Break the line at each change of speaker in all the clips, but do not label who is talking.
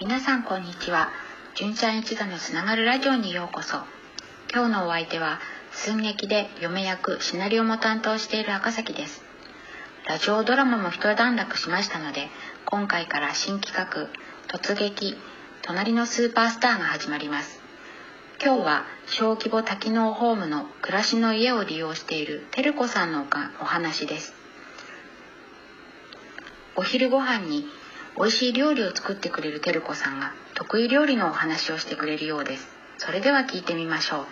皆さんこんにちは純ちゃん一座のつながるラジオにようこそ今日のお相手は寸劇で嫁役シナリオも担当している赤崎ですラジオドラマも一段落しましたので今回から新企画「突撃隣のスーパースター」が始まります今日は小規模多機能ホームの暮らしの家を利用しているてるこさんのおかお話ですお昼ご飯に美味しい料理を作ってくれるてるこさんが得意料理のお話をしてくれるようですそれでは聞いてみましょ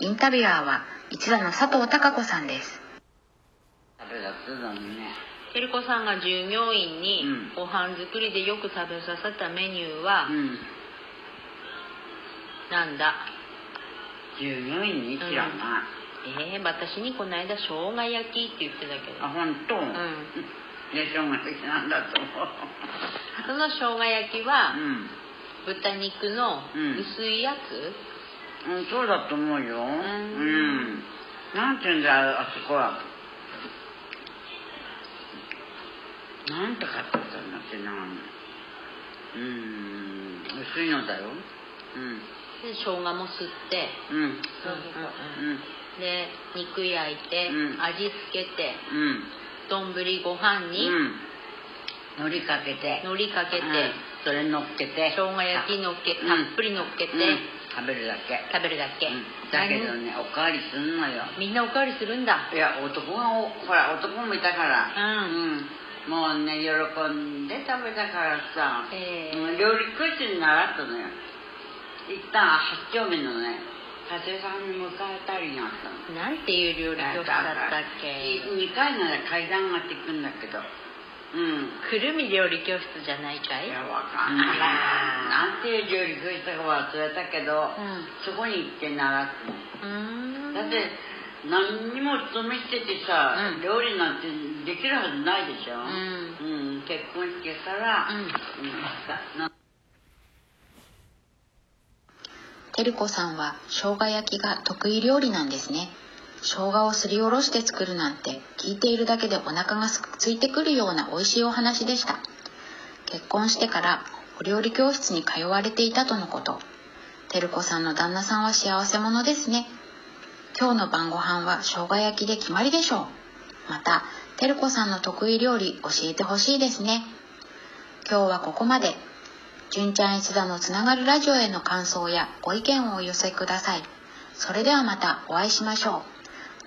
うインタビュアーは一座の佐藤孝子さんです
食べだってたのにね
てるこさんが従業員に
うん
ご飯作りでよく食べさせたメニューは
うん
なんだ、
従業員に知らんな、
えー、私にこの間生姜焼きって言ってたけど
あ本当、うんでしょうが好きなんだと思う
その生姜焼きは
うん、
豚肉の
うん
薄いやつ、
うん、そうだと思うようんなんていうんだよあそこはなんて買ってたんだってなうん薄いのだようん
で生姜もすって
うん
うん
う
うん
ん
で肉焼いて、
うん
味付けて
うん
丼ご飯に
うん海苔かけて
海苔かけて、
うんそれ乗っけて
生姜焼きのっけ
うん
たっぷりのっけて、
うん食べるだけ
食べるだけ、
うんだけどねおかわりすんのよ
何みんなおかわりするんだ
いや男がおほら男もいたから
うん
うんもうね喜んで食べたからさ、
ええ
うん料理教室に習ったのよ一旦八丁目のね長谷さんに迎えたりがあったの
なんていう料理教室だったっけ
2階なら階段上がっていくんだけどうん
くるみ料理教室じゃないかい
いやわかんないなんていう料理教室か忘れたけど、
うん
そこに行って習ったの
うーん
だって何にも勤めしててさ、
うん
料理なんてできるはずないでしょ、
ん
うん結婚してから、
うん
さな
てるこさんは生姜焼きが得意料理なんですね生姜をすりおろして作るなんて聞いているだけでお腹がすくついてくるような美味しいお話でした結婚してからお料理教室に通われていたとのことてるこさんの旦那さんは幸せ者ですね今日の晩ご飯は生姜焼きで決まりでしょうまたてるこさんの得意料理教えてほしいですね今日はここまで純ちゃん一座のつながるラジオへの感想やご意見をお寄せくださいそれではまたお会いしましょう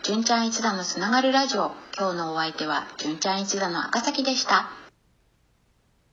純ちゃん一座のつながるラジオ今日のお相手は純ちゃん一座の赤崎でした